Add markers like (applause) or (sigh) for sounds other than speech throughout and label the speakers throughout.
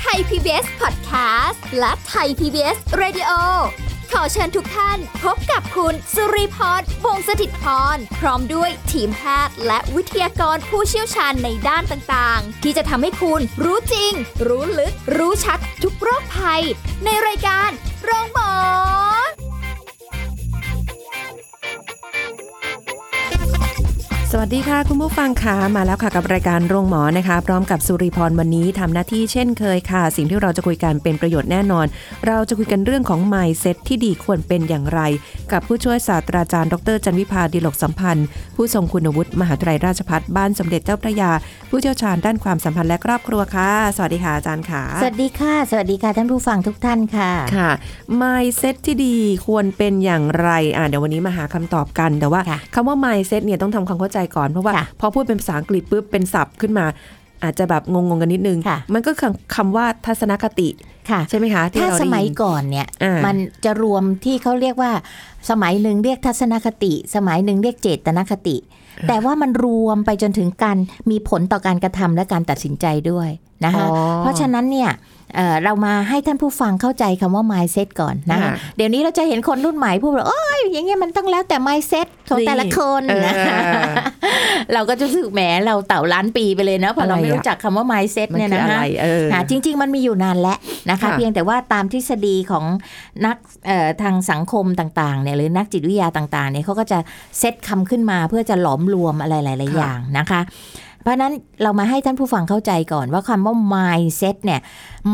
Speaker 1: ไทย PBS Podcast และไทย PBS Radio ขอเชิญทุกท่านพบกับคุณสุริพรวงศสถิตพร พร้อมด้วยทีมแพทย์และวิทยากรผู้เชี่ยวชาญในด้านต่างๆ ที่จะทำให้คุณรู้จริง รู้ลึก รู้ชัดทุกโรคภัย ในรายการโรงพยาบาล
Speaker 2: สวัสดีค่ะ คุณผู้ฟังค่ะมาแล้วค่ะกับรายการโรงหมอนะคะ พร้อมกับสุริพรวันนี้ทำหน้าที่เช่นเคยค่ะ สิ่งที่เราจะคุยกันเป็นประโยชน์แน่นอน เราจะคุยกันเรื่องของ mindset ที่ดีควรเป็นอย่างไร กับผู้ช่วยศาสตราจารย์ดรจันวิพาดิลกสัมพันธ์ ผู้ทรงคุณวุฒิมหาวิทยาลัยราชภัฏบ้านสมเด็จเจ้าพระยา ผู้เชี่ยวชาญด้านความสัมพันธ์และครอบครัวค่ะ สวัสดีค่ะอาจารย์ค่ะ
Speaker 3: สวัสดีค่ะ สวัสดีค่ะท่านผู้ฟังทุกท่านค่ะ
Speaker 2: ค่ะ mindset ที่ดีควรเป็นอย่างไรอ่าเดี๋ยววันนี้มาหาคำตอบกัน แต่ว่า
Speaker 3: ค่ะ
Speaker 2: คำว่า mindset เนี่ยต้องทำความเข้าใจก่อน เพราะว่า
Speaker 3: ค่ะ
Speaker 2: พอพูดเป็นภาษาอังกฤษปุ๊บเป็นศัพท์ขึ้นมา อาจจะแบบงงๆกันนิดนึง
Speaker 3: ค่ะ
Speaker 2: มันก็คือคำว่าทัศนคติ
Speaker 3: ค่ะ
Speaker 2: ใช่ไหมคะที่
Speaker 3: ถ้า
Speaker 2: เรา
Speaker 3: ส
Speaker 2: ได้
Speaker 3: มัย
Speaker 2: ยิน
Speaker 3: ก่อนเนี่ย
Speaker 2: อ่ามั
Speaker 3: มันจะรวมที่เขาเรียกว่า สมัยหนึ่งเรียกทัศนคติ สมัยหนึ่งเรียกเจตนคติ แต่ว่ามันรวมไปจนถึงการมีผลต่อการกระทำและการตัดสินใจด้วยนะคะ
Speaker 2: อ๋อ
Speaker 3: เพราะฉะนั้นเนี่ยเอ่อเรามาให้ท่านผู้ฟังเข้าใจคำว่า mindset ก่อนนะคะ
Speaker 2: อ่า
Speaker 3: เดี๋ยวนี้เราจะเห็นคนรุ่นใหม่พูดว่าโอ้ยอย่างเงี้ยมันต้องแล้วแต่ mindset ของ
Speaker 2: นี่
Speaker 3: แต่ละคน
Speaker 2: เออ
Speaker 3: นะเราก็จะรู้สึกแหมเราเต่าล้านปีไปเลยนะเพราะเรา
Speaker 2: อะไร
Speaker 3: ไม่
Speaker 2: อะ
Speaker 3: รู้จักคำว่า mindset
Speaker 2: มัน
Speaker 3: เนี่ย
Speaker 2: คือ
Speaker 3: นะ
Speaker 2: อะไร
Speaker 3: คะ
Speaker 2: เออ
Speaker 3: ค่ะจริง ๆ มันมีอยู่นานแล้วนะคะ
Speaker 2: ค่ะ
Speaker 3: เพียงแต่ว่าตามทฤษฎีของนักเอ่อทางสังคมต่างๆเนี่ยหรือนักจิตวิทยาต่างๆเนี่ยเขาก็จะเซตคำขึ้นมาเพื่อจะหลอมรวมอะไรหลายๆอย่างนะคะ เพราะฉะนั้นเรามาให้ท่านผู้ฟังเข้าใจก่อนว่าคำว่า mindset เนี่ย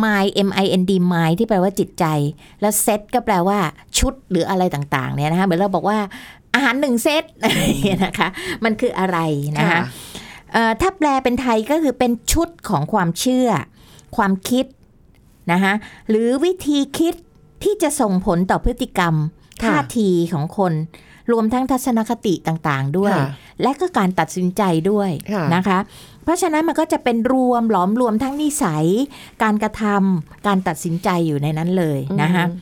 Speaker 3: mind m i n d mind ที่แปลว่าจิตใจ แล้ว set ก็แปลว่าชุดหรืออะไรต่างๆเนี่ยนะคะเหมือนเราบอกว่าอาหารหนึ่งเซต (laughs) นะคะ มันคืออะไรนะคะ เอ่อถ้าแปลเป็นไทยก็คือเป็นชุดของความเชื่อ ความคิดนะคะหรือวิธีคิดที่จะส่งผลต่อพฤติกรรม
Speaker 2: ค่ะ
Speaker 3: ท่าทีของคน รวมทั้งทัศนคติต่างๆด้วย
Speaker 2: ค่ะ
Speaker 3: และก็การตัดสินใจด้วย
Speaker 2: ค่ะ
Speaker 3: นะคะ เพราะฉะนั้นมันก็จะเป็นรวมหลอมรวมทั้งนิสัย การกระทำการตัดสินใจอยู่ในนั้นเลยนะคะ
Speaker 2: อืม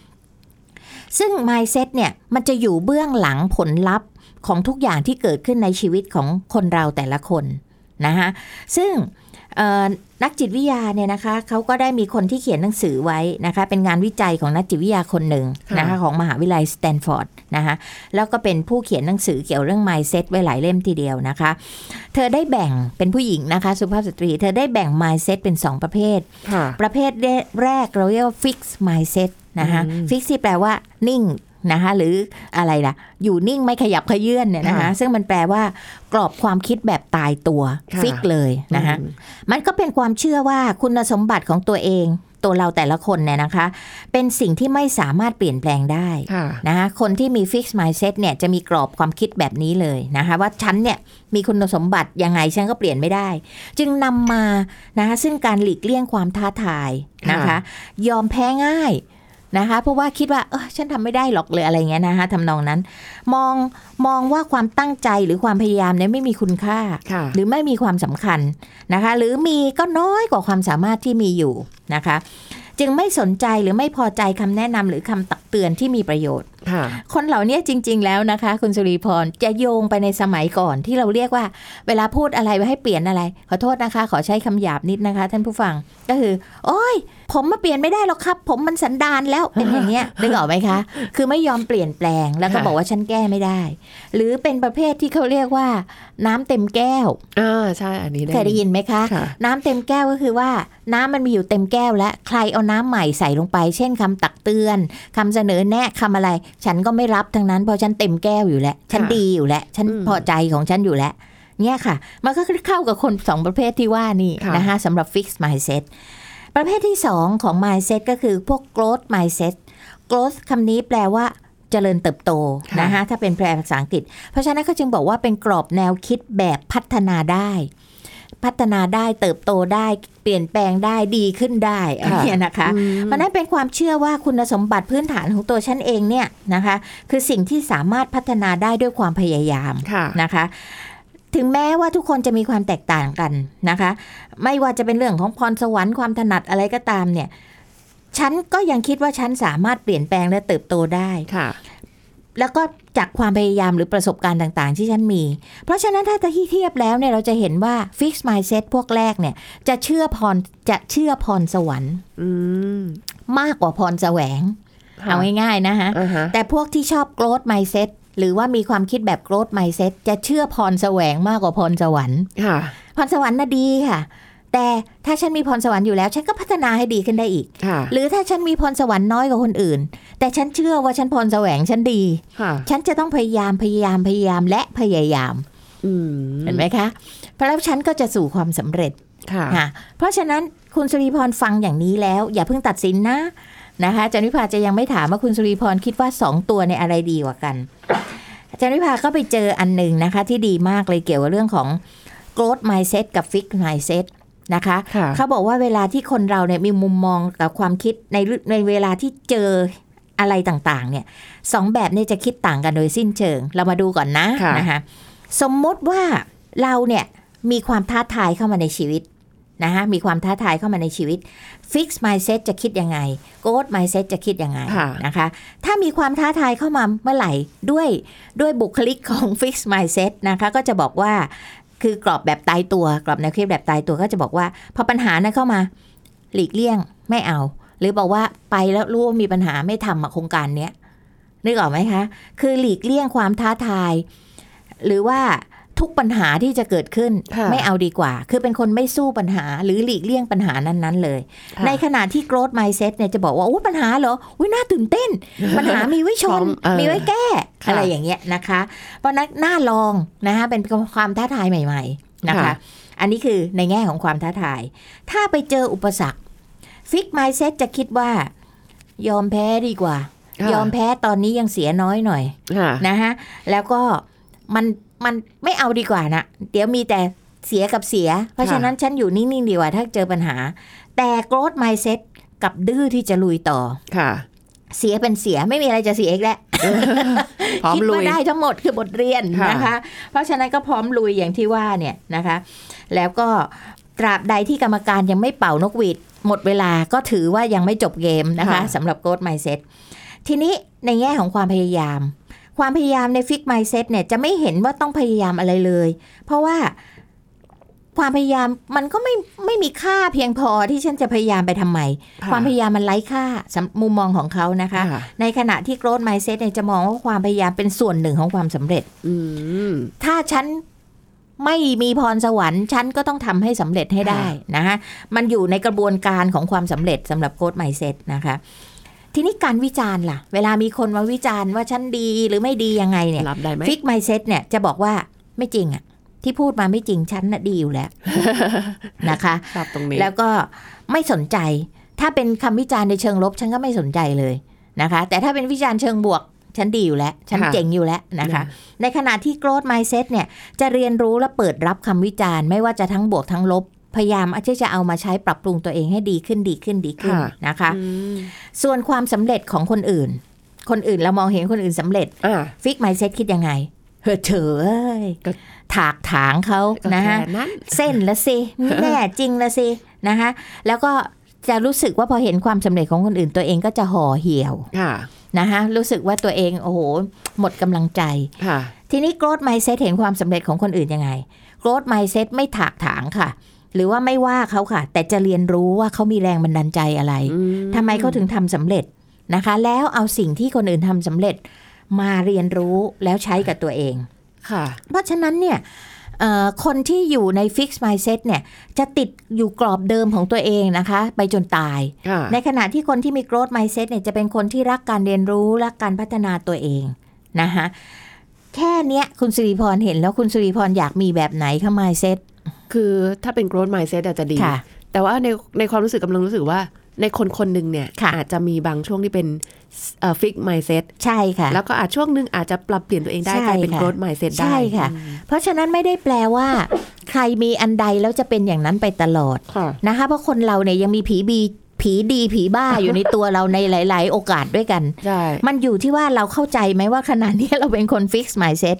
Speaker 3: ซึ่ง mindset เนี่ยมันจะอยู่เบื้องหลังผลลัพธ์ของทุกอย่างที่เกิดขึ้นในชีวิตของคนเราแต่ละคนนะคะซึ่งเอ่อนักจิตวิทยาเนี่ยนะคะเขาก็ได้มีคนที่เขียนหนังสือไว้นะคะเป็นงานวิจัยของนักจิตวิทยาคนหนึ่งนะคะ
Speaker 2: ค่ะ
Speaker 3: ของมหาวิทยาลัยสแตนฟอร์ดนะคะแล้วก็เป็นผู้เขียนหนังสือเกี่ยวเรื่อง mindset ไว้หลายเล่มทีเดียวนะคะ เธอได้แบ่งเป็นผู้หญิงนะคะ สุภาพสตรี เธอได้แบ่ง mindset เป็น 2 ประเภท
Speaker 2: ค่ะ
Speaker 3: ประเภทแรกเราเรียกว่า fix mindset นะคะ
Speaker 2: อืม
Speaker 3: fix ที่แปลว่านิ่งนะคะหรืออะไรล่ะ อยู่นิ่งไม่ขยับขยื่นเนี่ยนะคะ
Speaker 2: ค่ะ
Speaker 3: ซึ่งมันแปลว่ากรอบความคิดแบบตายตัว
Speaker 2: ค่ะ
Speaker 3: fix เลยนะคะ มันก็เป็นความเชื่อว่าคุณสมบัติของตัวเอง ตัวเราแต่ละคนเนี่ยนะคะ เป็นสิ่งที่ไม่สามารถเปลี่ยนแปลงได้
Speaker 2: ค่ะ
Speaker 3: นะคะคนที่มี fixed mindset เนี่ยจะมีกรอบความคิดแบบนี้เลยนะคะว่าฉันเนี่ยมีคุณสมบัติยังไงฉันก็เปลี่ยนไม่ได้ จึงนำมานะคะซึ่งการหลีกเลี่ยงความท้าทายนะคะ
Speaker 2: ค่ะ
Speaker 3: ยอมแพ้ง่ายนะคะเพราะว่าคิดว่าเออฉันทำไม่ได้หรอกเลยอะไรเงี้ยนะคะทำนองนั้น มองมองว่าความตั้งใจหรือความพยายามเนี่ยไม่มีคุณค่า
Speaker 2: ค่ะ
Speaker 3: หรือไม่มีความสำคัญนะคะ หรือมีก็น้อยกว่าความสามารถที่มีอยู่นะคะ จึงไม่สนใจหรือไม่พอใจคำแนะนำหรือคำตักเตือนที่มีประโยชน์
Speaker 2: ค่ะ
Speaker 3: คนเหล่านี้จริง ๆ แล้วนะคะ คุณสุริพรจะโยงไปในสมัยก่อนที่เราเรียกว่า เวลาพูดอะไรไว้ให้เปลี่ยนอะไร ขอโทษนะคะ ขอใช้คำหยาบนิดนะคะ ท่านผู้ฟังก็คือ โอ้ย ผมมาเปลี่ยนไม่ได้หรอกครับ ผมมันสันดานแล้วเป็นอย่างเงี้ย นึกออกไหมคะ คือไม่ยอมเปลี่ยนแปลงแล้วก็
Speaker 2: ค่ะ
Speaker 3: บอกว่าฉันแก้ไม่ได้ หรือเป็นประเภทที่เขาเรียกว่า น้ำเต็มแก้ว
Speaker 2: อ่าใช่อันนี้
Speaker 3: เคยได้ยินไหมคะ
Speaker 2: ค่ะ
Speaker 3: น้ำเต็มแก้วก็คือว่าน้ำมันมีอยู่เต็มแก้วแล้วใครเอาน้ำใหม่ใส่ลงไป เช่นคำตักเตือนคำเสนอแนะคำอะไร ฉันก็ไม่รับทั้งนั้นเพราะฉันเต็มแก้วอยู่แล้วฉันดีอยู่แล้วฉัน
Speaker 2: อืม
Speaker 3: พอใจของฉันอยู่แล้วเนี่ยค่ะ มันก็เข้ากับคนสองประเภทที่ว่านี่
Speaker 2: ค่ะ
Speaker 3: นะคะสำหรับ fixed mindset ประเภทที่สองของ mindset ก็คือพวก growth mindset growth คำนี้แปลว่าเจริญเติบโต
Speaker 2: ค่ะ
Speaker 3: นะคะถ้าเป็นแปลภาษาอังกฤษ เพราะฉะนั้นก็จึงบอกว่าเป็นกรอบแนวคิดแบบพัฒนาได้ พัฒนาได้เติบโตได้เปลี่ยนแปลงได้ดีขึ้นได้อันเนี้ยนะคะ
Speaker 2: อืม
Speaker 3: เพราะนั้นเป็นความเชื่อว่าคุณสมบัติพื้นฐานของตัวฉันเองเนี่ยนะคะ คือสิ่งที่สามารถพัฒนาได้ด้วยความพยายาม
Speaker 2: ค่ะ
Speaker 3: นะคะ ถึงแม้ว่าทุกคนจะมีความแตกต่างกันนะคะ ไม่ว่าจะเป็นเรื่องของพรสวรรค์ความถนัดอะไรก็ตามเนี่ย ฉันก็ยังคิดว่าฉันสามารถเปลี่ยนแปลงและเติบโตได้
Speaker 2: ค่ะ
Speaker 3: แล้วก็จากความพยายามหรือประสบการณ์ต่างๆ ที่ฉันมี เพราะฉะนั้นถ้าจะเทียบแล้วเนี่ยเราจะเห็นว่า Fix Mindset พวกแรกเนี่ยจะเชื่อพรจะเชื่อพรสวรรค์
Speaker 2: อืม
Speaker 3: มากกว่าพรแสวง เอาง่ายๆนะฮะ
Speaker 2: อ่าฮะ
Speaker 3: แต่พวกที่ชอบ growth mindset หรือว่ามีความคิดแบบ growth mindset จะเชื่อพรแสวงมากกว่าพรสวรรค์
Speaker 2: ค่ะ
Speaker 3: พรสวรรค์น่ะดีค่ะ แต่ถ้าฉันมีพรสวรรค์อยู่แล้ว ฉันก็พัฒนาให้ดีขึ้นได้อีก
Speaker 2: ค่ะ
Speaker 3: หรือถ้าฉันมีพรสวรรค์น้อยกว่าคนอื่น แต่ฉันเชื่อว่าฉันพรแสวงฉันดี
Speaker 2: ค่ะ
Speaker 3: ฉันจะต้องพยายามพยายามพยายามและพยายาม
Speaker 2: อืม
Speaker 3: เห็นไหมคะ เพราะแล้วฉันก็จะสู่ความสำเร็จ
Speaker 2: ค่ะ
Speaker 3: ค่ะเพราะฉะนั้นคุณสุริพรฟังอย่างนี้แล้ว อย่าเพิ่งตัดสินนะนะคะอาจารย์วิภาจะยังไม่ถามว่าคุณสุริพรคิดว่า 2 ตัวในยอะไรดีกว่ากันอาจารย์วิภาก็ไปเจออันหนึ่งนะคะ ที่ดีมากเลยเกี่ยวกับเรื่องของ growth mindset กับ fixed mindset นะคะ
Speaker 2: ค่ะ
Speaker 3: เขาบอกว่าเวลาที่คนเราเนี่ยมีมุมมองกับความคิดในเรื่องในเวลาที่เจออะไรต่างๆเนี่ยสองแบบเนี่ยจะคิดต่างกันโดยสิ้นเชิง เรามาดูก่อนนะ
Speaker 2: ค่ะ
Speaker 3: นะคะสมมติว่าเราเนี่ยมีความท้าทายเข้ามาในชีวิตนะคะมีความท้าทายเข้ามาในชีวิต Fix mindset จะคิดยังไง Growth mindset จะคิดยังไง
Speaker 2: ค่ะ
Speaker 3: นะคะ ถ้ามีความท้าทายเข้ามาเมื่อไหร่ด้วยด้วยบุคลิกของ Fix mindset นะคะก็จะบอกว่า คือกรอบแบบตายตัว กรอบแนวคิดแบบตายตัวก็จะบอกว่า พอปัญหานั้นเข้ามา หลีกเลี่ยงไม่เอา หรือบอกว่าไปแล้วรู้ว่ามีปัญหาไม่ทำอะโครงการเนี้ยนึกออกไหมคะ คือหลีกเลี่ยงความท้าทาย หรือว่าทุกปัญหาที่จะเกิดขึ้น
Speaker 2: ค่ะ
Speaker 3: ไม่เอาดีกว่า คือเป็นคนไม่สู้ปัญหา หรือหลีกเลี่ยงปัญหานั้นๆเลย ในขณะที่ growth mindset เนี่ยจะบอกว่าโอ้ปัญหาเหรอวิน่าตื่นเต้น
Speaker 2: (laughs)
Speaker 3: ปัญหามีไว้ช
Speaker 2: พร้อน มเออ
Speaker 3: มีไว้แก้
Speaker 2: ค่ะ
Speaker 3: อะไรอย่างเงี้ยนะคะ เพราะนั้นน่าลองนะคะเป็นความท้าทายใหม่ ๆนะคะ
Speaker 2: ค่ะ
Speaker 3: อันนี้คือในแง่ของความท้าทาย ถ้าไปเจออุปสรรคฟิก mindset จะคิดว่า ยอมแพ้ดีกว่า
Speaker 2: ค่ะ
Speaker 3: ยอมแพ้ตอนนี้ยังเสียน้อยหน่อย
Speaker 2: ค่ะ
Speaker 3: นะฮะแล้วก็มันมันไม่เอาดีกว่านะ เดี๋ยวมีแต่เสียกับเสีย เพราะ
Speaker 2: ค่ะ
Speaker 3: ฉะนั้นฉันอยู่นิ่ง ๆ ดีกว่าถ้าเจอปัญหา แต่ growth mindset กับดื้อที่จะลุยต่อ
Speaker 2: ค่ะ
Speaker 3: เสียเป็นเสียไม่มีอะไรจะเสียอีกแล้ว
Speaker 2: พร้อม
Speaker 3: คิด
Speaker 2: ลุ
Speaker 3: ว่าย ได้ทั้งหมดคือบทเรียน
Speaker 2: ค่ะ
Speaker 3: นะคะ เพราะฉะนั้นก็พร้อมลุยอย่างที่ว่าเนี่ยนะคะ แล้วก็ตราบใดที่กรรมการยังไม่เป่านกหวีดหมดเวลาก็ถือว่ายังไม่จบเกมนะคะสำหรับโกดไมเซ็ตทีนี้ในแง่ของความพยายาม ความพยายามในฟิกไมเซ็ตเนี่ยจะไม่เห็นว่าต้องพยายามอะไรเลย เพราะว่าความพยายามมันก็ไม่ไม่มีค่าเพียงพอที่ฉันจะพยายามไปทำไม
Speaker 2: ค่ะ
Speaker 3: ความพยายามมันไร้ค่าสำมุมมองของเขานะคะ
Speaker 2: ค่ะ
Speaker 3: ในขณะที่ growth mindset เนี่ยจะมองว่าความพยายามเป็นส่วนหนึ่งของความสำเร็จ
Speaker 2: อืม
Speaker 3: ถ้าฉันไม่มีพรสวรรค์ ฉันก็ต้องทำให้สำเร็จให้ได้นะคะมันอยู่ในกระบวนการของความสำเร็จสำหรับโค้ดไมเซ็ตนะคะ ทีนี้การวิจารณ์ล่ะ เวลามีคนมาวิจารณ์ว่าฉันดีหรือไม่ดียังไงเนี่ย
Speaker 2: รับได้ไหม
Speaker 3: ฟิกไมเซ็ตเนี่ยจะบอกว่าไม่จริงอะที่พูดมาไม่จริงฉันน่ะดีอยู่ (laughs) แล้ว นะคะ
Speaker 2: ชอบตรงนี้
Speaker 3: แล้วก็ไม่สนใจ ถ้าเป็นคำวิจารณ์ในเชิงลบ ฉันก็ไม่สนใจเลยนะคะ แต่ถ้าเป็นวิจารณ์เชิงบวก ฉันดีอยู่แล้ว ฉัน
Speaker 2: ค่ะ
Speaker 3: เจ๋งอยู่แล้วนะคะ
Speaker 2: อื
Speaker 3: ในขณะที่ growth mindset เนี่ย จะเรียนรู้และเปิดรับคำวิจารณ์ ไม่ว่าจะทั้งบวกทั้งลบ พยายามที่จะเอามาใช้ปรับปรุงตัวเองให้ดีขึ้นดีขึ้นดีขึ้นนะคะ
Speaker 2: อืม
Speaker 3: ส่วนความสำเร็จของคนอื่น คนอื่นเรามองเห็นคนอื่นสำเร็จ
Speaker 2: อ่ะ
Speaker 3: ฟิกไมเซ็ตคิดยังไงเฮ้อเฉย
Speaker 2: ก็
Speaker 3: ถากถางเขา
Speaker 2: ก็
Speaker 3: นะ
Speaker 2: แค่
Speaker 3: ฮะ
Speaker 2: นั้น
Speaker 3: เส้นละ
Speaker 2: (laughs)
Speaker 3: สิไม่แน่จริงละสินะคะแล้วก็จะรู้สึกว่าพอเห็นความสำเร็จของคนอื่นตัวเองก็จะห่อเหี่ยว
Speaker 2: ค่ะ
Speaker 3: นะคะรู้สึกว่าตัวเองโอ้โหหมดกำลังใจ
Speaker 2: ค่ะ
Speaker 3: ทีนี้ growth mindset เห็นความสำเร็จของคนอื่นยังไง growth mindset ไม่ถากถางค่ะ หรือว่าไม่ว่าเขาค่ะ แต่จะเรียนรู้ว่าเขามีแรงบันดาลใจอะไร
Speaker 2: อืม
Speaker 3: ทำไมเขาถึงทำสำเร็จนะคะ แล้วเอาสิ่งที่คนอื่นทำสำเร็จมาเรียนรู้แล้วใช้กับตัวเอง
Speaker 2: ค่ะ
Speaker 3: เพราะฉะนั้นเนี่ยเอ่อคนที่อยู่ใน Fix Mindset เนี่ยจะติดอยู่กรอบเดิมของตัวเองนะคะ ไปจนตาย
Speaker 2: ค่ะ
Speaker 3: ในขณะที่คนที่มี Growth Mindset เนี่ยจะเป็นคนที่รักการเรียนรู้ รักการพัฒนาตัวเองนะคะแค่เนี้ยคุณสุริพรเห็นแล้วคุณสุริพรอยากมีแบบไหนคะ Mindset
Speaker 2: คือถ้าเป็น growth mindset อาจจะดี
Speaker 3: ค่ะ
Speaker 2: แต่ว่าในในความรู้สึกกำลังรู้สึกว่า ในคนคนหนึ่งเนี่ย
Speaker 3: ค่ะ
Speaker 2: อาจจะมีบางช่วงที่เป็นเอ่อ fix mindset
Speaker 3: ใช่ค่ะ
Speaker 2: แล้วก็อาจช่วงหนึ่งอาจจะปรับเปลี่ยนตัวเองได้
Speaker 3: ใช่
Speaker 2: กลายเป็น
Speaker 3: ค่ะ
Speaker 2: growth mindset ได้
Speaker 3: ใช่ค่ะ เพราะฉะนั้นไม่ได้แปลว่า ใครมีอันใดแล้วจะเป็นอย่างนั้นไปตลอด
Speaker 2: ค่ะ
Speaker 3: นะคะเพราะคนเราเนี่ยยังมีผีบีผีดีผีบ้าอยู่ในตัวเราในหลาย ๆ โอกาสด้วยกัน
Speaker 2: ใช่
Speaker 3: มันอยู่ที่ว่าเราเข้าใจไหมว่าขณะนี้เราเป็นคนฟิกซ์ mindset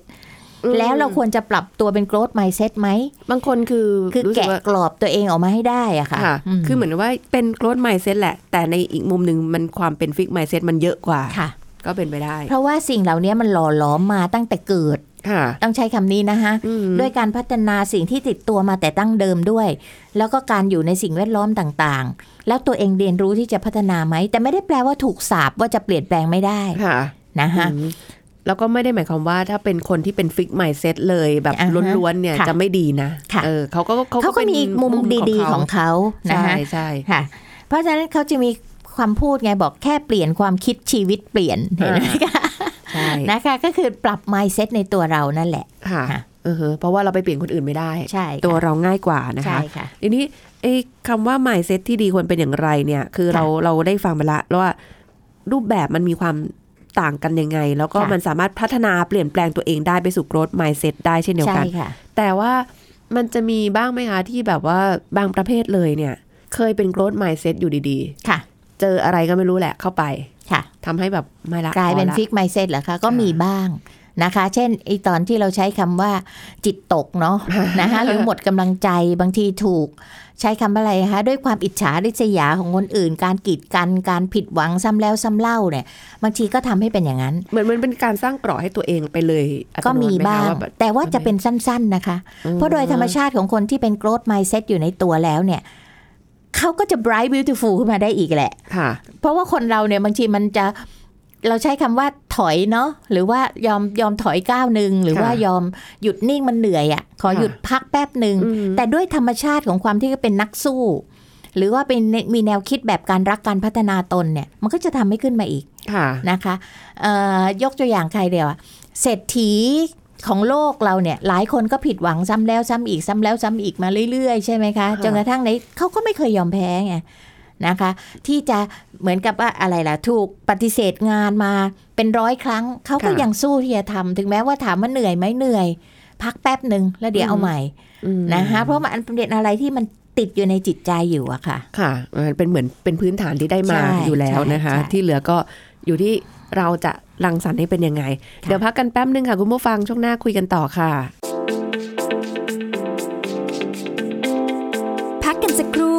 Speaker 2: อืม
Speaker 3: แล้วเราควรจะปรับตัวเป็น growth mindset ไหม
Speaker 2: บางคนคือ
Speaker 3: คือ
Speaker 2: รู้สึก
Speaker 3: แกะ
Speaker 2: ว่าก
Speaker 3: รอบตัวเองออกมาให้ได้อะค่ะ
Speaker 2: ค่ะ
Speaker 3: ม
Speaker 2: คือเหมือนว่าเป็น growth mindset แหละ แต่ในอีกมุมหนึ่งมันความเป็น fix mindset มันเยอะกว่า
Speaker 3: ค่ะ
Speaker 2: ก็เป็นไปได้
Speaker 3: เพราะว่าสิ่งเหล่านี้มันหล่อหลอมมาตั้งแต่เกิด
Speaker 2: ค่ะ
Speaker 3: ต้องใช้คำนี้นะคะ
Speaker 2: อืม
Speaker 3: ด้วยการพัฒนาสิ่งที่ติดตัวมาแต่ตั้งเดิมด้วย แล้วก็การอยู่ในสิ่งแวดล้อมต่างๆ แล้วตัวเองเรียนรู้ที่จะพัฒนาไหม แต่ไม่ได้แปลว่าถูกสาบว่าจะเปลี่ยนแปลงไม่ได้
Speaker 2: ค่ะ
Speaker 3: นะคะ
Speaker 2: อืมแล้วก็ไม่ได้หมายความว่าถ้าเป็นคนที่เป็นฟิกไมเซ็ตเลยแบบ
Speaker 3: อ่าฮะ
Speaker 2: ล้วนๆเนี่ย
Speaker 3: ค่ะ
Speaker 2: จะไม่ดีนะ
Speaker 3: ค่ะ
Speaker 2: เออเขาก็เขา
Speaker 3: เขาก็
Speaker 2: เป็น
Speaker 3: มีมุมดีๆของเขานะ
Speaker 2: ใช่
Speaker 3: คะ
Speaker 2: ใช่
Speaker 3: ค่ะ เพราะฉะนั้นเขาจะมีความพูดไงบอกแค่เปลี่ยนความคิดชีวิตเปลี่ยนเห็นไหมคะ
Speaker 2: ใช่
Speaker 3: นะคะ (laughs) ก็คือปรับ mindset ในตัวเรานั่นแหละ
Speaker 2: ค่ะ
Speaker 3: ค่ะ
Speaker 2: เออฮะเพราะว่าเราไปเปลี่ยนคนอื่นไม่ได้
Speaker 3: ใช่
Speaker 2: ตัวเราง่ายกว่านะ
Speaker 3: ใช่
Speaker 2: คะ
Speaker 3: ค่ะ
Speaker 2: ทีนี้ไอ้คำว่า mindset ที่ดีควรเป็นอย่างไรเนี่ย คือ
Speaker 3: ค่ะ
Speaker 2: เราเราได้ฟังไปละแล้วว่ารูปแบบมันมีความต่างกันยังไง แล้วก็
Speaker 3: ค่ะ
Speaker 2: มันสามารถพัฒนาเปลี่ยนแปลงตัวเองได้ไปสู่ growth mindset ได้เช่นเดียว
Speaker 3: ใช่
Speaker 2: กัน
Speaker 3: ค่ะ
Speaker 2: แต่ว่ามันจะมีบ้างไหมคะที่แบบว่าบางประเภทเลยเนี่ย เคยเป็น growth mindset อยู่ดี
Speaker 3: ค่ะ
Speaker 2: ๆ เจออะไรก็ไม่รู้แหละเข้าไป
Speaker 3: ค่ะ
Speaker 2: ทำให้แบบไม่ละ
Speaker 3: กลายเป็น
Speaker 2: พอละ
Speaker 3: ฟิกไมเซ็ตเหรอคะก็
Speaker 2: ค่ะ
Speaker 3: มีบ้างนะคะ เช่นไอตอนที่เราใช้คำว่าจิตตกเนา (laughs) ะ นะคะหรือหมดกำลังใจบางทีถูก ใช้คำอะไรคะด้วยความอิจฉาริษยาของคนอื่น การกีดกันการผิดหวังซ้ำแล้วซ้ำเล่าเนี่ยบางทีก็ทำให้เป็นอย่างนั้น
Speaker 2: เหมือนมันเป็นการสร้างเกรอบให้ตัวเองไปเลยอัต
Speaker 3: ก็
Speaker 2: โน
Speaker 3: มี
Speaker 2: ติไหคะ
Speaker 3: บ้าง
Speaker 2: ว่แบบ
Speaker 3: แต่ว่าจะเป็นสั้นๆนะคะ เพราะโดยธรรมชาติของคนที่เป็น growth mindset อยู่ในตัวแล้วเนี่ยเขาก็จะ bright beautiful ขึ้นมาได้อีกแหละ
Speaker 2: ค่ะ
Speaker 3: เพราะว่าคนเราเนี่ยบางทีมันจะเราใช้คำว่าถอยเนาะหรือว่ายอมยอมถอยก้าวหนึ่งหรือ
Speaker 2: ค่ะ
Speaker 3: ว่ายอมหยุดนิ่งมันเหนื่อยอะ่ะขอ
Speaker 2: ค่ะ
Speaker 3: หยุดพักแป๊บหนึ่ง
Speaker 2: อืม
Speaker 3: แต่ด้วยธรรมชาติของความที่เป็นนักสู้ หรือว่าเป็นมีแนวคิดแบบการรักการพัฒนาตนเนี่ยมันก็จะทำให้ขึ้นมาอีก
Speaker 2: ค่ะ
Speaker 3: นะคะเอ่อยกตัวอย่างใครเดียวอะเศรษฐีของโลกเราเนี่ยหลายคนก็ผิดหวังซ้ำแล้วซ้ำอีกซ้ำแล้วซ้ำอีกมาเรื่อยๆใช่ไหมคะ
Speaker 2: ค่ะ
Speaker 3: จนกระทั่งในเขาก็ไม่เคยยอมแพ้ไง นะคะ ที่จะเหมือนกับว่าอะไรล่ะ ถูกปฏิเสธงานมาเป็นร้อยครั้ง เขาก็
Speaker 2: ค่ะ
Speaker 3: ยังสู้ที่จะทำถึงแม้ว่าถามว่าเหนื่อยไหมเหนื่อย พักแป๊บหนึ่งแล้วเดี๋ยว
Speaker 2: อืม
Speaker 3: เอาใหม่
Speaker 2: อืม
Speaker 3: นะคะเพราะมันเป็นอะไรที่มันติดอยู่ในจิตใจอยู่อะค่ะ
Speaker 2: ค่ะมันเป็นเหมือนเป็นพื้นฐานที่ได้มา
Speaker 3: ใช่
Speaker 2: อยู่แล้วนะคะ
Speaker 3: ใช่ใช่
Speaker 2: ที่เหลือก็อยู่ที่เราจะรังสรรค์ให้เป็นยังไง
Speaker 3: ะ
Speaker 2: เดี๋ยวพักกันแป๊บนึงค่ะคุณผู้ฟังช่วงหน้าคุยกันต่อค่ะ
Speaker 1: พักกันสักครู่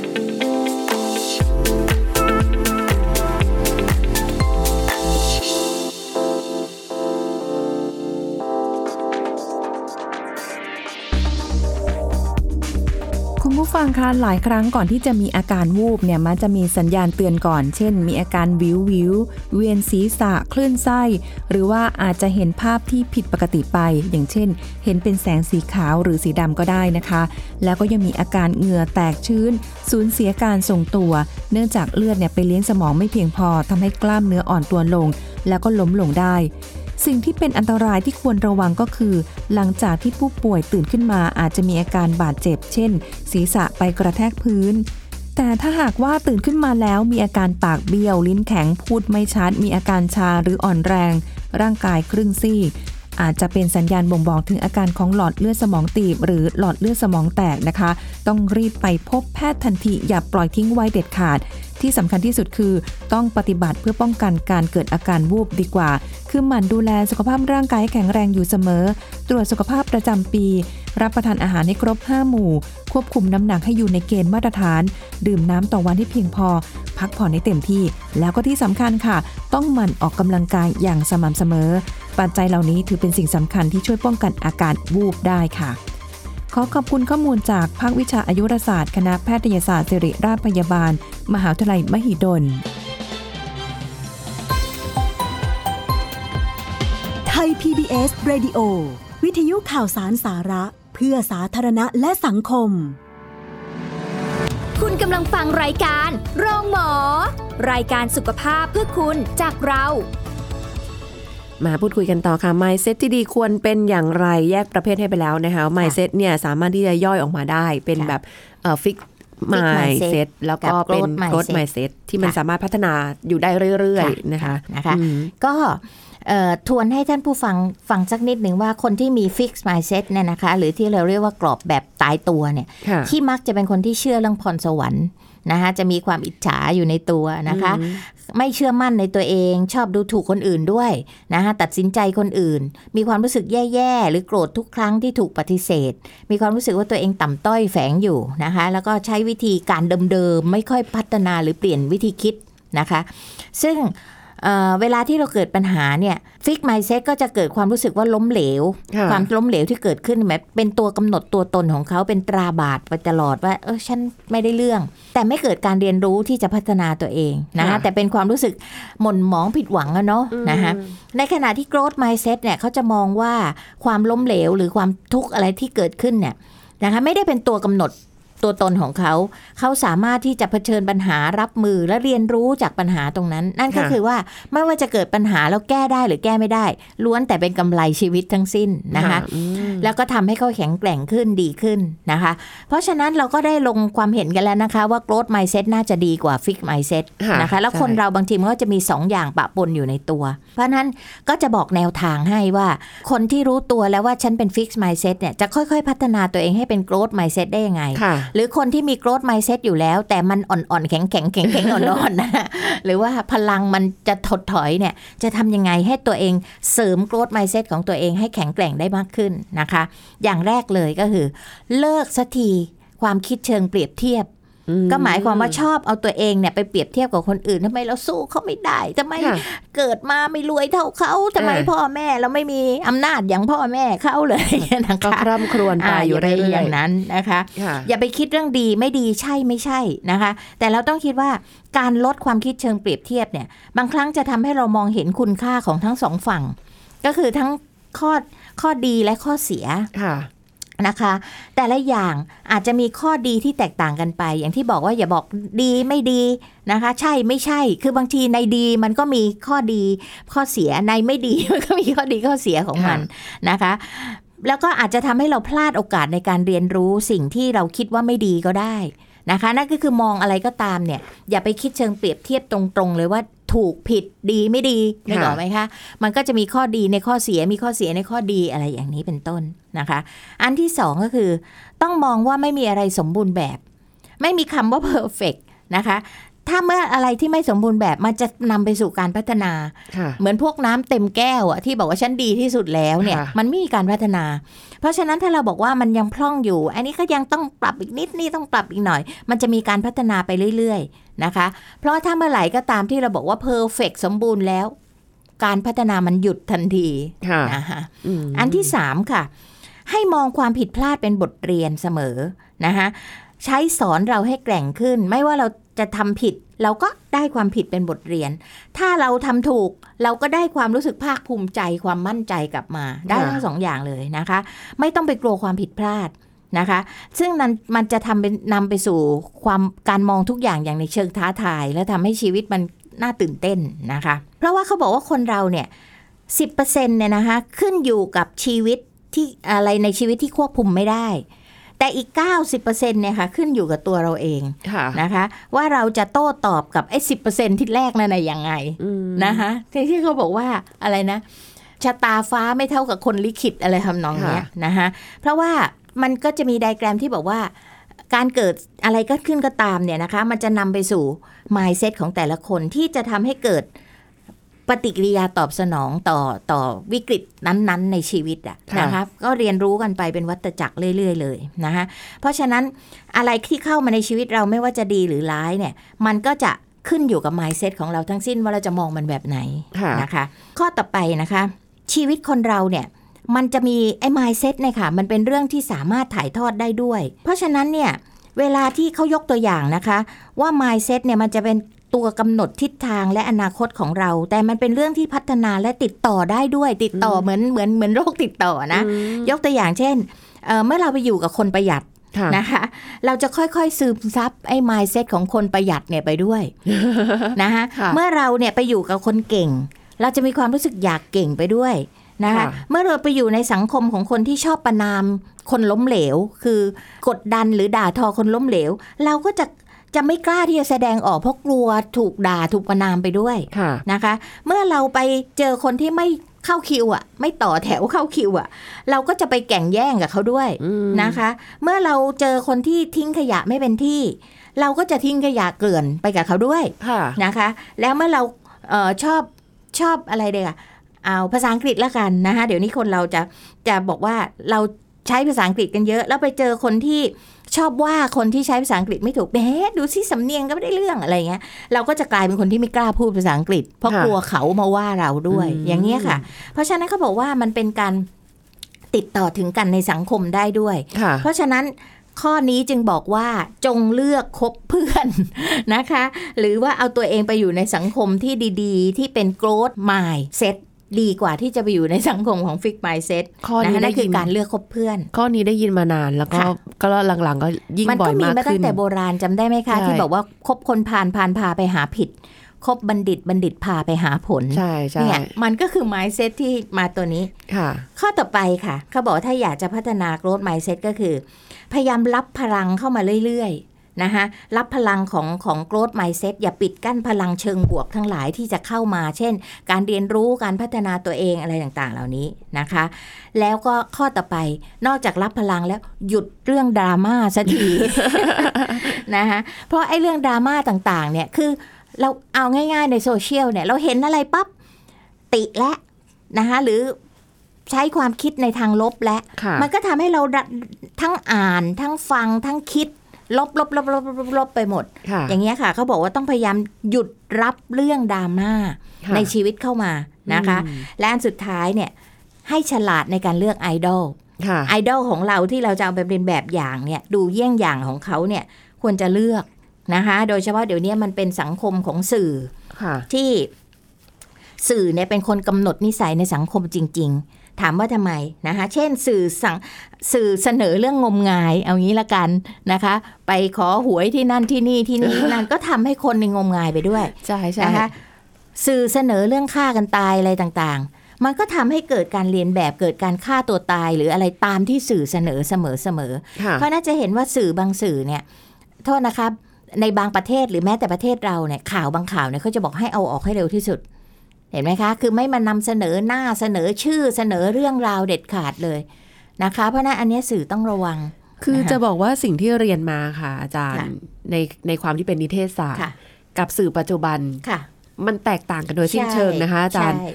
Speaker 4: คุณผู้ฟังคะหลายครั้งก่อนที่จะมีอาการวูบเนี่ยมันจะมีสัญญาณเตือนก่อน เช่น มีอาการวิววิวเวียนศีรษะคลื่นไส้ หรือว่าอาจจะเห็นภาพที่ผิดปกติไป อย่างเช่น เห็นเป็นแสงสีขาวหรือสีดำก็ได้นะคะ แล้วก็ยังมีอาการเหงื่อแตกชื้น สูญเสียการทรงตัว เนื่องจากเลือดเนี่ยไปเลี้ยงสมองไม่เพียงพอทำให้กล้ามเนื้ออ่อนตัวลง แล้วก็ล้มลงได้ สิ่งที่เป็นอันตรายที่ควรระวังก็คือ หลังจากที่ผู้ป่วยตื่นขึ้นมาอาจจะมีอาการบาดเจ็บ เช่น ศีรษะไปกระแทกพื้น แต่ถ้าหากว่าตื่นขึ้นมาแล้วมีอาการปากเบี้ยว ลิ้นแข็งพูดไม่ชัด มีอาการชาหรืออ่อนแรง ร่างกายครึ่งซีกอาจจะเป็นสัญญาณบ่งบอกถึงอาการของหลอดเลือดสมองตีบ หรือหลอดเลือดสมองแตกนะคะ ต้องรีบไปพบแพทย์ทันทีอย่าปล่อยทิ้งไว้เด็ดขาด ที่สำคัญที่สุดคือ ต้องปฏิบัติเพื่อป้องกันการเกิดอาการวูบดีกว่า คือหมั่นดูแลสุขภาพร่างกายให้แข็งแรงอยู่เสมอ ตรวจสุขภาพประจำปี รับประทานอาหารให้ครบ 5 หมู่ ควบคุมน้ำหนักให้อยู่ในเกณฑ์มาตรฐาน ดื่มน้ำต่อวันที่เพียงพอ พักผ่อนให้เต็มที่ แล้วก็ที่สำคัญค่ะ ต้องหมั่นออกกำลังกายอย่างสม่ำเสมอ ปัจจัยเหล่านี้ถือเป็นสิ่งสำคัญที่ช่วยป้องกันอาการวูบได้ค่ะ ขอขอบคุณข้อมูลจากภาควิชาอายุรศาสตร์คณะแพทยศาสตร์ศิริราชพยาบาล มหาวิทยาลัยมหิดล
Speaker 5: ไทย PBS Radio วิทยุข่าวสารสาระ เพื่อสาธารณะและสังคม
Speaker 1: คุณกำลังฟังรายการโรงหมอ รายการสุขภาพเพื่อคุณจากเรา
Speaker 2: มาพูดคุยกันต่อค่ะ mindset ที่ดีควรเป็นอย่างไรแยกประเภทให้ไปแล้วนะคะ mindset เนี่ยสามารถที่จะย่อยออกมาได้ เป็น
Speaker 3: ค่ะ
Speaker 2: แบบเอ่อ fix
Speaker 3: mindset
Speaker 2: mindset แล้วก็
Speaker 3: กับ
Speaker 2: เป็น
Speaker 3: growth
Speaker 2: growth
Speaker 3: mindset
Speaker 2: mindset ที่มัน
Speaker 3: ค่ะ
Speaker 2: สามารถพัฒนาอยู่ได้เรื่อย
Speaker 3: ค่ะ
Speaker 2: ๆ นะคะ
Speaker 3: นะคะ
Speaker 2: อืม
Speaker 3: ก็เอ่อทวนให้ท่านผู้ฟังฟังสักนิดหนึ่งว่าคนที่มี fixed mindset เนี่ยนะคะ หรือที่เราเรียกว่ากรอบแบบตายตัวเนี่ย
Speaker 2: ค่ะ
Speaker 3: ที่มักจะเป็นคนที่เชื่อเรื่องพรสวรรค์นะคะจะมีความอิจฉาอยู่ในตัวนะคะ ไม่เชื่อมั่นในตัวเองชอบดูถูกคนอื่นด้วยนะคะตัดสินใจคนอื่น มีความรู้สึกแย่ๆ หรือโกรธทุกครั้งที่ถูกปฏิเสธ มีความรู้สึกว่าตัวเองต่ำต้อยแฝงอยู่นะคะ แล้วก็ใช้วิธีการเดิมๆ ไม่ค่อยพัฒนาหรือเปลี่ยนวิธีคิด นะคะ ซึ่งเอ่อเวลาที่เราเกิดปัญหาเนี่ยฟิกไมเซ็ตก็จะเกิดความรู้สึกว่าล้มเหลว
Speaker 2: ค่ะ
Speaker 3: ความล้มเหลวที่เกิดขึ้นแบบเป็นตัวกำหนดตัวตนของเขาเป็นตราบาปไปตลอดว่า เออฉันไม่ได้เรื่อง แต่ไม่เกิดการเรียนรู้ที่จะพัฒนาตัวเองนะคะ
Speaker 2: ค่ะ
Speaker 3: แต่เป็นความรู้สึกหม่นหมองผิดหวังอะเนาะนะคะในขณะที่ growth mindset เนี่ยเขาจะมองว่าความล้มเหลวหรือความทุกข์อะไรที่เกิดขึ้นเนี่ยนะคะไม่ได้เป็นตัวกำหนดตัวตนของเขา เขาสามารถที่จะเผชิญปัญหารับมือและเรียนรู้จากปัญหาตรงนั้น นั่นก็
Speaker 2: ค่ะ
Speaker 3: คือว่าไม่ว่าจะเกิดปัญหาแล้วแก้ได้หรือแก้ไม่ได้ ล้วนแต่เป็นกำไรชีวิตทั้งสิ้นนะคะ
Speaker 2: อืม
Speaker 3: แล้วก็ทำให้เขาแข็งแกร่งขึ้นดีขึ้นนะคะ เพราะฉะนั้นเราก็ได้ลงความเห็นกันแล้วนะคะ ว่า growth mindset น่าจะดีกว่า fixed mindset
Speaker 2: ค่ะ
Speaker 3: นะคะ แล้วคน
Speaker 2: ใช่
Speaker 3: เราบางทีมันก็จะมี 2 อย่างปะปนอยู่ในตัว เพราะฉะนั้นก็จะบอกแนวทางให้ว่า คนที่รู้ตัวแล้วว่าฉันเป็น fixed mindset เนี่ยจะค่อยๆ พัฒนาตัวเองให้เป็น growth mindset ได้ยังไง
Speaker 2: ค่ะ
Speaker 3: หรือคนที่มี growth mindset อยู่แล้ว แต่มันอ่อนๆ แข็งๆแข็งๆอ่อนๆนะ (laughs) หรือว่าพลังมันจะถดถอยเนี่ย จะทำยังไงให้ตัวเองเสริม growth mindset ของตัวเองให้แข็งแกร่งได้มากขึ้นนะคะ อย่างแรกเลยก็คือ เลิกสักทีความคิดเชิงเปรียบเทียบ ก็หมายความว่าชอบเอาตัวเองเนี่ยไปเปรียบเทียบกับคนอื่นทำไมเราสู้เขาไม่ได้ทำไม
Speaker 2: ค่ะ
Speaker 3: เกิดมาไม่รวยเท่าเขาทำไม
Speaker 2: อ่า
Speaker 3: พ่อแม่เราไม่มีอำนาจอย่างพ่อแม่เขาเลยนะ
Speaker 2: ก็
Speaker 3: คะ
Speaker 2: คร่ำครวญไปอยู่
Speaker 3: า
Speaker 2: เรื่
Speaker 3: ไปอ
Speaker 2: อย
Speaker 3: ย่างนั้นนะคะ
Speaker 2: ๆค่ะ
Speaker 3: อย่าไปคิดเรื่องดีไม่ดีใช่ไม่ใช่นะคะ แต่เราต้องคิดว่าการลดความคิดเชิงเปรียบเทียบเนี่ย บางครั้งจะทำให้เรามองเห็นคุณค่าของทั้งสองฝั่ง ก็คือทั้งข้อข้อดีและข้อเสีย
Speaker 2: ค่ะ
Speaker 3: นะคะ แต่ละอย่างอาจจะมีข้อดีที่แตกต่างกันไป อย่างที่บอกว่าอย่าบอกดีไม่ดีนะคะ ใช่ไม่ใช่ คือบางทีในดีมันก็มีข้อดีข้อเสียในไม่ดี (laughs) มันก็มีข้อดีข้อเสียของมันนะคะ แล้วก็อาจจะทำให้เราพลาดโอกาสในการเรียนรู้สิ่งที่เราคิดว่าไม่ดีก็ได้นะคะ นั่นก็คือมองอะไรก็ตามเนี่ย อย่าไปคิดเชิงเปรียบเทียบตรงๆ เลยว่าถูกผิดดีไม่ดีนึกออกไหมคะ มันก็จะมีข้อดีในข้อเสียมีข้อเสียในข้อดีอะไรอย่างนี้เป็นต้นนะคะ อันที่สองก็คือ ต้องมองว่าไม่มีอะไรสมบูรณ์แบบ ไม่มีคำว่า (laughs) perfect นะคะ ถ้าเมื่ออะไรที่ไม่สมบูรณ์แบบมันจะนำไปสู่การพัฒนา
Speaker 2: ค่ะ
Speaker 3: เหมือนพวกน้ำเต็มแก้วอะที่บอกว่าฉันดีที่สุดแล้วเนี่ย
Speaker 2: ค่ะ
Speaker 3: มันไม่มีการพัฒนา เพราะฉะนั้นถ้าเราบอกว่ามันยังพร่องอยู่ อันนี้ก็ยังต้องปรับอีกนิดนี่ต้องปรับอีกหน่อย มันจะมีการพัฒนาไปเรื่อยๆนะคะ เพราะถ้าเมื่อไหร่ก็ตามที่เราบอกว่าเพอร์เฟกสมบูรณ์แล้ว การพัฒนามันหยุดทันที
Speaker 2: ค่ะ
Speaker 3: นะคะ
Speaker 2: อืม
Speaker 3: อันที่ 3 ค่ะ ให้มองความผิดพลาดเป็นบทเรียนเสมอนะคะใช้สอนเราให้แกร่งขึ้น ไม่ว่าเราจะทำผิด เราก็ได้ความผิดเป็นบทเรียน ถ้าเราทำถูกเราก็ได้ความรู้สึกภาคภูมิใจความมั่นใจกลับมา ได้ทั้ง
Speaker 2: ค่ะ
Speaker 3: สองอย่างเลยนะคะ ไม่ต้องไปกลัวความผิดพลาดนะคะ ซึ่งนั้นมันจะทำเป็นนำไปสู่ความการมองทุกอย่างอย่างในเชิงท้าทาย และทำให้ชีวิตมันน่าตื่นเต้นนะคะ เพราะว่าเขาบอกว่าคนเราเนี่ย สิบเปอร์เซ็นเนี่ยนะคะขึ้นอยู่กับชีวิตที่อะไรในชีวิตที่ควบคุมไม่ได้ แต่อีก 90%เนี่ยค่ะขึ้นอยู่กับตัวเราเอง
Speaker 2: ค่ะ
Speaker 3: นะคะ ว่าเราจะโต้ตอบกับไอ้สิที่แรกนั่นน่ะยังไง
Speaker 2: อืม
Speaker 3: นะคะที่ที่เขาบอกว่าอะไรนะชะตาฟ้าไม่เท่ากับคนลิขิตอะไรทำนองเนี้ยนะคะเพราะว่ามันก็จะมีไดแกรมที่บอกว่า การเกิดอะไรก็ขึ้นก็ตามเนี่ยนะคะ มันจะนำไปสู่ mindset ของแต่ละคนที่จะทำให้เกิด ปฏิกิริยาตอบสนองต่อต่อวิกฤตนั้นๆ ในชีวิตอะ
Speaker 2: ค่ะ
Speaker 3: นะคะก็เรียนรู้กันไปเป็นวัตจักรเรื่อย ๆ เลยนะคะเพราะฉะนั้นอะไรที่เข้ามาในชีวิตเราไม่ว่าจะดีหรือร้ายเนี่ย มันก็จะขึ้นอยู่กับ mindset ของเราทั้งสิ้นว่าเราจะมองมันแบบไหน
Speaker 2: ค่ะ
Speaker 3: นะคะ ข้อต่อไปนะคะ ชีวิตคนเราเนี่ย มันจะมีไอ้ mindset เนี่ยค่ะ มันเป็นเรื่องที่สามารถถ่ายทอดได้ด้วย เพราะฉะนั้นเนี่ย เวลาที่เขายกตัวอย่างนะคะ ว่า mindset เนี่ยมันจะเป็นตัวกำหนดทิศทางและอนาคตของเรา แต่มันเป็นเรื่องที่พัฒนาและติดต่อได้ด้วย ติดต่ออเหมือนเหมือนเหมือนโรคติดต่อนะ ยกตัวอย่างเช่นเอ่อเมื่อเราไปอยู่กับคนประหยัด
Speaker 2: ค่ะ
Speaker 3: นะคะ เราจะค่อยๆซึมซับไอ้ mindset ของคนประหยัดเนี่ยไป
Speaker 2: (laughs)
Speaker 3: ด้วยนะคะ
Speaker 2: ค่ะ
Speaker 3: เมื่อเราเนี่ยไปอยู่กับคนเก่ง เราจะมีความรู้สึกอยากเก่งไปด้วยนะคะ
Speaker 2: ค่ะ
Speaker 3: เมื่อเราไปอยู่ในสังคมของคนที่ชอบประนามคนล้มเหลว คือกดดันหรือด่าทอคนล้มเหลว เราก็จะจะไม่กล้าที่จะแสดงออกเพราะกลัวถูกด่าถูกประนามไปด้วย
Speaker 2: ค่ะ
Speaker 3: นะคะ เมื่อเราไปเจอคนที่ไม่เข้าคิวอ่ะ ไม่ต่อแถวเข้าคิวอ่ะ เราก็จะไปแก่งแย่งกับเขาด้วยนะคะ เมื่อเราเจอคนที่ทิ้งขยะไม่เป็นที่ เราก็จะทิ้งขยะเกลื่อนไปกับเขาด้วย
Speaker 2: ค่ะ
Speaker 3: นะคะ แล้วเมื่อเราเออชอบชอบอะไรเด็กอะเอาภาษาอังกฤษละกันนะคะ เดี๋ยวนี้คนเราจะจะบอกว่าเรา ใช้ภาษาอังกฤษกันเยอะ แล้วไปเจอคนที่ชอบว่าคนที่ใช้ภาษาอังกฤษไม่ถูกแหมดูสิสำเนียงก็ไม่ได้เรื่องอะไรเงี้ยเราก็จะกลายเป็นคนที่ไม่กล้าพูดภาษาอังกฤษ เพราะ
Speaker 2: ค่ะ
Speaker 3: กลัวเขามาว่าเราด้วย
Speaker 2: อืม
Speaker 3: อย่างเงี้ยค่ะ เพราะฉะนั้นเขาบอกว่ามันเป็นการติดต่อถึงกันในสังคมได้ด้วย
Speaker 2: ค่ะ
Speaker 3: เพราะฉะนั้นข้อนี้จึงบอกว่าจงเลือกคบเพื่อน นะคะ หรือว่าเอาตัวเองไปอยู่ในสังคมที่ดีๆ ที่เป็น growth mindset ดีกว่าที่จะไปอยู่ในสังคมของ fixed mindset
Speaker 2: ข้อ
Speaker 3: นะ
Speaker 2: นี้
Speaker 3: คะ
Speaker 2: ได้
Speaker 3: นั่นคื
Speaker 2: ยิ
Speaker 3: อนการเลือกคบเพื่อน
Speaker 2: ข้อนี้ได้ยินมานานแล้วก็
Speaker 3: ค่ะ
Speaker 2: ก็หลังๆก็ยิ่ง
Speaker 3: มั
Speaker 2: บ่อ
Speaker 3: ก็
Speaker 2: ย
Speaker 3: มี
Speaker 2: มาก
Speaker 3: มาตั้
Speaker 2: ขึ้
Speaker 3: ง
Speaker 2: น
Speaker 3: แต่โบราณจำได้ไหมคะ
Speaker 2: ใช่
Speaker 3: ที่บอกว่าคบคนพาลพาลพาไปหาผิด คบบัณฑิตบัณฑิตพาไปหาผล
Speaker 2: ใช่ใช่
Speaker 3: เนี่ยมันก็คือ mindset ที่มาตัวนี้
Speaker 2: ค่ะ
Speaker 3: ข้อต่อไปค่ะ เขาบอกว่าถ้าอยากจะพัฒนา growth mindset ก็คือ พยายามรับพลังเข้ามาเรื่อยๆนะคะรับพลังของของ growth mindset อย่าปิดกั้นพลังเชิงบวกทั้งหลายที่จะเข้ามา เช่น การเรียนรู้การพัฒนาตัวเองอะไรต่างๆ เหล่านี้นะคะ แล้วก็ข้อต่อไปนอกจากรับพลังแล้วหยุดเรื่องดราม่าสักที (laughs) นะคะเพราะไอ้เรื่องดราม่าต่างๆเนี่ยคือเราเอาง่ายๆในโซเชียลเนี่ยเราเห็นอะไรปั๊บติและนะคะหรือใช้ความคิดในทางลบและ
Speaker 2: ค่ะ
Speaker 3: มันก็ทำให้เราดะทั้งอ่านทั้งฟังทั้งคิด ลบลบลบลบลบลบไปหมด
Speaker 2: ค่ะ
Speaker 3: อย่างเงี้ยค่ะเขาบอกว่าต้องพยายามหยุดรับเรื่องดราม่า
Speaker 2: ค่ะ
Speaker 3: ในชีวิตเข้ามานะคะ
Speaker 2: อืม
Speaker 3: และอันสุดท้ายเนี่ยให้ฉลาดในการเลือกไอดอล
Speaker 2: ค่ะ
Speaker 3: ไอดอลของเราที่เราจะเอาไปเป็นแบบอย่างเนี่ยดูเยี่ยงอย่างของเขาเนี่ยควรจะเลือกนะคะ โดยเฉพาะเดี๋ยวนี้มันเป็นสังคมของสื่อ
Speaker 2: ค่ะ
Speaker 3: ที่สื่อเนี่ยเป็นคนกำหนดนิสัยในสังคมจริง ๆ ถามว่าทำไมนะคะ เช่นสื่อสังสื่อเสนอเรื่องงมงาย เอางี้ละกันนะคะ ไปขอหวยที่นั่นที่นี่ที่นี่ที่นั่นก็ทำให้คนในยงมงายไปด้วย
Speaker 2: ใช่ใช่
Speaker 3: นะคะสื่อเสนอเรื่องฆ่ากันตายอะไรต่างๆ มันก็ทำให้เกิดการเรียนแบบเกิดการฆ่าตัวตาย หรืออะไรตามที่สื่อเสนอเสมอๆ
Speaker 2: ค่ะ
Speaker 3: เพราะน่าจะเห็นว่าสื่อบางสื่อเนี่ยโทษนะครับ ในบางประเทศหรือแม้แต่ประเทศเราเนี่ยข่าวบางข่าวเนี่ยเขาจะบอกให้เอาออกให้เร็วที่สุด เห็นไหมคะ คือไม่มานำเสนอหน้าเสนอชื่อเสนอเรื่องราวเด็ดขาดเลยนะคะ เพราะฉะนั้นอันเนี้ยสื่อต้องระวัง
Speaker 2: คือ
Speaker 3: นะคะ
Speaker 2: จะบอกว่าสิ่งที่เรียนมาค่ะ อาจารย์
Speaker 3: ค่ะ
Speaker 2: ในในความที่เป็นนิเทศศาสตร์
Speaker 3: ค่ะ
Speaker 2: กับสื่อปัจจุบัน
Speaker 3: ค่ะ
Speaker 2: มันแตกต่างกันโดยสิ้นเชิงนะคะอาจารย์
Speaker 3: ใช่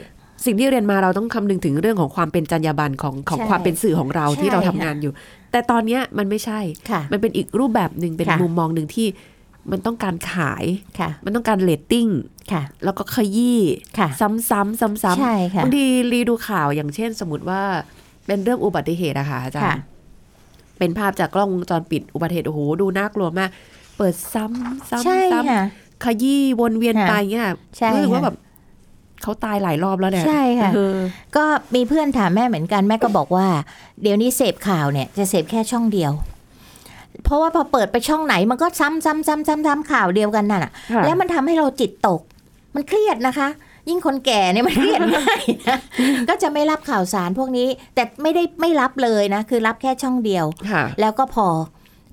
Speaker 2: สิ่งที่เรียนมาเราต้องคำนึงถึงเรื่องของความเป็นจรรยาบรรณของของ
Speaker 3: ใช่
Speaker 2: ความเป็นสื่อของเรา
Speaker 3: ใช่
Speaker 2: ที่เราทำ
Speaker 3: ค่ะ
Speaker 2: งานอยู่ แต่ตอนเนี้ยมันไม่ใช่
Speaker 3: ค่ะ
Speaker 2: มันเป็นอีกรูปแบบหนึ่งเป็น
Speaker 3: ค่ะ
Speaker 2: มุมมองหนึ่งที่มันต้องการขาย
Speaker 3: ค่ะ
Speaker 2: มันต้องการเลตติ้ง
Speaker 3: ค่ะ
Speaker 2: แล้วก็ขยี้
Speaker 3: ค่ะ
Speaker 2: ซ้ำๆซ้ำ
Speaker 3: ใช่
Speaker 2: ๆ
Speaker 3: ค่ะ
Speaker 2: บางทีรีดูข่าวอย่างเช่น สมมติว่าเป็นเรื่องอุบัติเหตุอะค่ะอาจาร
Speaker 3: ค่ะ
Speaker 2: ย์เป็นภาพจากกล้องวงจรปิดอุบัติเหตุโอ้โหดูน่ากลัวมาก เปิดซ้ำซ้ำ
Speaker 3: ใช่
Speaker 2: ซ้
Speaker 3: ค่ะ
Speaker 2: ำขยี้วนเวียน
Speaker 3: ค่ะ
Speaker 2: ไปเงี้ย
Speaker 3: ใช่
Speaker 2: รู้สึกว่า
Speaker 3: ค่ะ
Speaker 2: แบบเขาตายหลายรอบแล้วเนี่ย
Speaker 3: ใช่ค่ะ
Speaker 2: เออ
Speaker 3: ก็มีเพื่อนถามแม่เหมือนกันแม่ก็บอกว่า เดี๋ยวนี้เสพข่าวเนี่ยจะเสพแค่ช่องเดียว เพราะว่าพอเปิดไปช่องไหนมันก็ซ้ำซ้ำซ้ำซ้ำซ้ำข่าวเดียวกันน่นน่ะ
Speaker 2: ค่ะ
Speaker 3: แล้วมันทำให้เราจิตตก มันเครียดนะคะ ยิ่งคนแก่เนี่ยมันเครียดง่าย
Speaker 2: (laughs)
Speaker 3: นะก็จะไม่รับข่าวสารพวกนี้ แต่ไม่ได้ไม่รับเลยนะ คือรับแค่ช่องเดียว
Speaker 2: ค่ะ
Speaker 3: แล้วก็พอ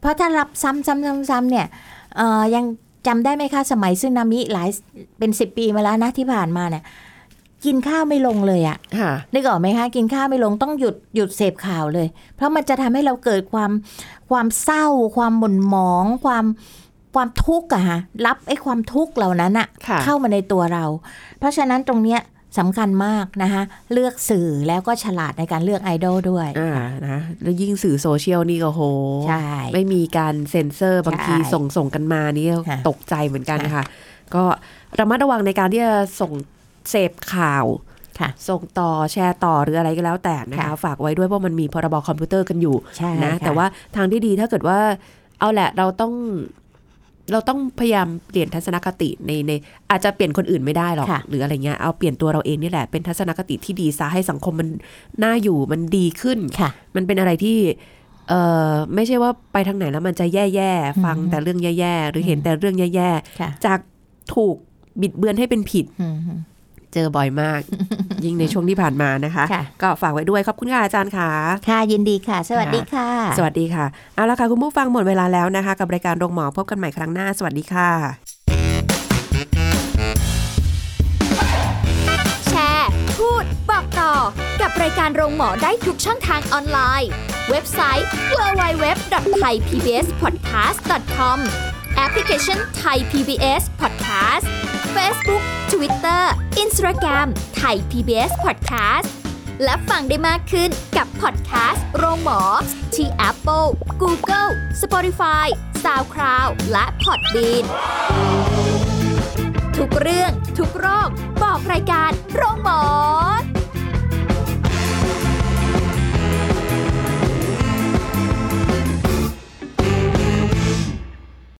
Speaker 3: เพราะถ้ารับซ้ำซ้ำซ้ำซ้ำเนี่ยเอ่อยังจำได้ไหมคะ สมัยซึนามิหลายเป็นสิบปีมาแล้วนะที่ผ่านมาเนี่ยกินข้าวไม่ลงเลยอะ
Speaker 2: ค่ะ
Speaker 3: นึกออกไหมคะกินข้าวไม่ลงต้องหยุดหยุดเสพข่าวเลย เพราะมันจะทำให้เราเกิดความความเศร้า ความหม่นหมอง ความความทุกข์อะฮะรับไอ้ความทุกข์เหล่านั้นอะ
Speaker 2: ค่ะ
Speaker 3: เข้ามาในตัวเรา เพราะฉะนั้นตรงเนี้ยสำคัญมากนะคะเลือกสื่อแล้วก็ฉลาดในการเลือกไอดอลด้วย
Speaker 2: อ่านะแล้วยิ่งสื่อโซเชียลนี่ก็โห
Speaker 3: ใช่
Speaker 2: ไม่มีการเซ็นเซอร์บางที
Speaker 3: ใช่
Speaker 2: ส่งส่งกันมานี่
Speaker 3: ค่ะ
Speaker 2: ตกใจเหมือนกันค่ะ ก็ระมัดระวังในการที่จะส่งเสพข่าว
Speaker 3: ค่ะ
Speaker 2: ส่งต่อแชร์ต่อหรืออะไรก็แล้วแต่นะคะ
Speaker 3: ค่ะ
Speaker 2: ฝากไว้ด้วยเพราะมันมีพรบคอมพิวเตอร์กันอยู่
Speaker 3: ใช่
Speaker 2: นะ
Speaker 3: ค่
Speaker 2: แต่ว่าทางที่ดีถ้าเกิดว่าเอาแหละเราต้อง เราต้องพยายามเปลี่ยนทัศนคติในในอาจจะเปลี่ยนคนอื่นไม่ได้หรอก
Speaker 3: ค่ะ
Speaker 2: หรืออะไรเงี้ยเอาเปลี่ยนตัวเราเองนี่แหละเป็นทัศนคติที่ดีซะให้สังคมมันน่าอยู่มันดีขึ้น
Speaker 3: ค่ะ
Speaker 2: มันเป็นอะไรที่ เออไม่ใช่ว่าไปทางไหนแล้วมันจะแย่ๆ ฟัง
Speaker 3: อืม
Speaker 2: แต่เรื่องแย่ๆ หรือเห็นแต่เรื่องแย่
Speaker 3: ค่ะ
Speaker 2: ๆ จากถูกบิดเบือนให้เป็นผิด
Speaker 3: อืม
Speaker 2: เจอบ่อย
Speaker 3: (laughs)
Speaker 2: มาก ยิ่งในช่วงที่ผ่านมานะคะ
Speaker 3: ค่ะ
Speaker 2: ก็ฝากไว้ด้วย ขอบคุณค่ะอาจารย์ค่ะ
Speaker 3: ค่ะยินดีค่ะ สวัสดีค่ะ
Speaker 2: สวัสดีค่ะ เอาละค่ะ คุณผู้ฟังหมดเวลาแล้วนะคะ กับรายการโรงหมอพบกันใหม่ครั้งหน้า สวัสดีค่ะ
Speaker 1: แชร์ พูด บอกต่อ กับรายการโรงหมอได้ทุกช่องทางออนไลน์ เว็บไซต์ www.thaipbspodcast.com แอปพลิเคชัน Thai PBS Podcast Facebook Twitter Instagram Thai PBS Podcast และฟังได้มากขึ้นกับพอดแคสต์โรงหมอ ที่ Apple, Google, Spotify, SoundCloud และ Podbean ทุกเรื่องทุกโรค บอกรายการโรงหมอ